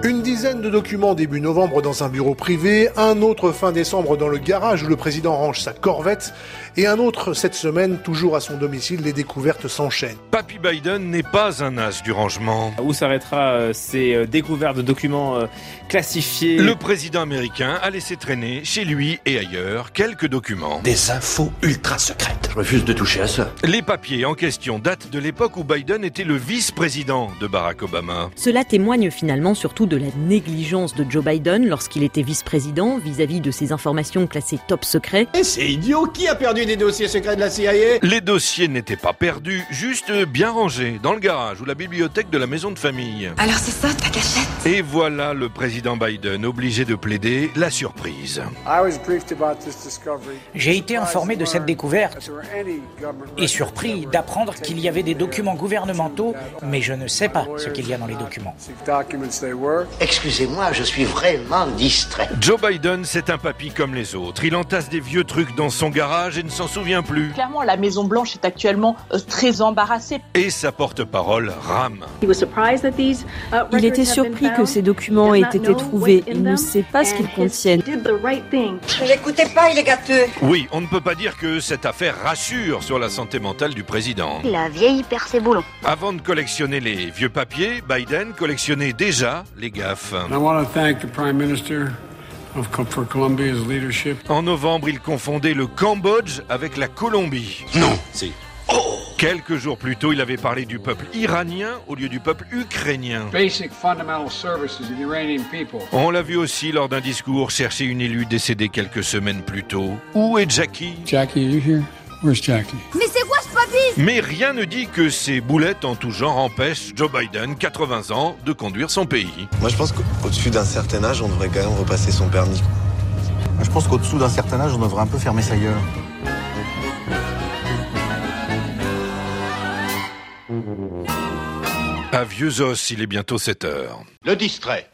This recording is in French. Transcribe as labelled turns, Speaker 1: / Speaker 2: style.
Speaker 1: de documents début novembre dans un bureau privé, un autre fin décembre dans le garage où le président range sa corvette, et un autre cette semaine toujours à son domicile, les découvertes s'enchaînent.
Speaker 2: Papy Biden n'est pas un as du rangement.
Speaker 3: Où s'arrêtera euh, ces euh, découvertes de documents euh, classifiés
Speaker 2: Le président américain a laissé traîner, chez lui et ailleurs, quelques documents.
Speaker 4: Des infos ultra secrètes.
Speaker 5: Je refuse de toucher à ça.
Speaker 2: Les papiers en question datent de l'époque où Biden était le vice-président de Barack Obama.
Speaker 6: Cela témoigne finalement surtout de la négligence de Joe Biden lorsqu'il était vice-président vis-à-vis de ces informations classées top secret.
Speaker 7: Et c'est idiot, qui a perdu des dossiers secrets de la CIA
Speaker 2: Les dossiers n'étaient pas perdus, juste bien rangés dans le garage ou la bibliothèque de la maison de famille.
Speaker 8: Alors c'est ça ta cachette
Speaker 2: Et voilà le président Biden obligé de plaider la surprise.
Speaker 9: J'ai été informé de cette découverte et surpris d'apprendre qu'il y avait des documents gouvernementaux, mais je ne sais pas ce qu'il y a dans les documents.
Speaker 5: Excusez-moi, je suis vraiment distrait.
Speaker 2: Joe Biden, c'est un papy comme les autres. Il entasse des vieux trucs dans son garage et ne s'en souvient plus.
Speaker 10: Clairement, la Maison Blanche est actuellement euh, très embarrassée.
Speaker 2: Et sa porte-parole rame.
Speaker 11: Il était surpris que ces documents aient été trouvés. Il ne sait pas ce qu'ils contiennent.
Speaker 12: Ne l'écoutez pas, il est gâteux.
Speaker 2: Oui, on ne peut pas dire que cette affaire rassure sur la santé mentale du président.
Speaker 13: La vieille perd ses boulons.
Speaker 2: Avant de collectionner les vieux papiers, Biden collectionnait déjà les gaffes. En novembre, il confondait le Cambodge avec la Colombie.
Speaker 4: Non. Si.
Speaker 2: Oh Quelques jours plus tôt, il avait parlé du peuple iranien au lieu du peuple ukrainien. On l'a vu aussi lors d'un discours chercher une élue décédée quelques semaines plus tôt. Où est Jackie
Speaker 14: Jackie, you here? Where's Jackie?
Speaker 15: Mais c'est quoi ce papy
Speaker 2: Mais rien ne dit que ces boulettes en tout genre empêchent Joe Biden, 80 ans, de conduire son pays.
Speaker 16: Moi, je pense qu'au-dessus d'un certain âge, on devrait quand même repasser son permis.
Speaker 17: Je pense qu'au-dessous d'un certain âge, on devrait un peu fermer sa gueule.
Speaker 2: À vieux os, il est bientôt 7 heures.
Speaker 18: Le distrait.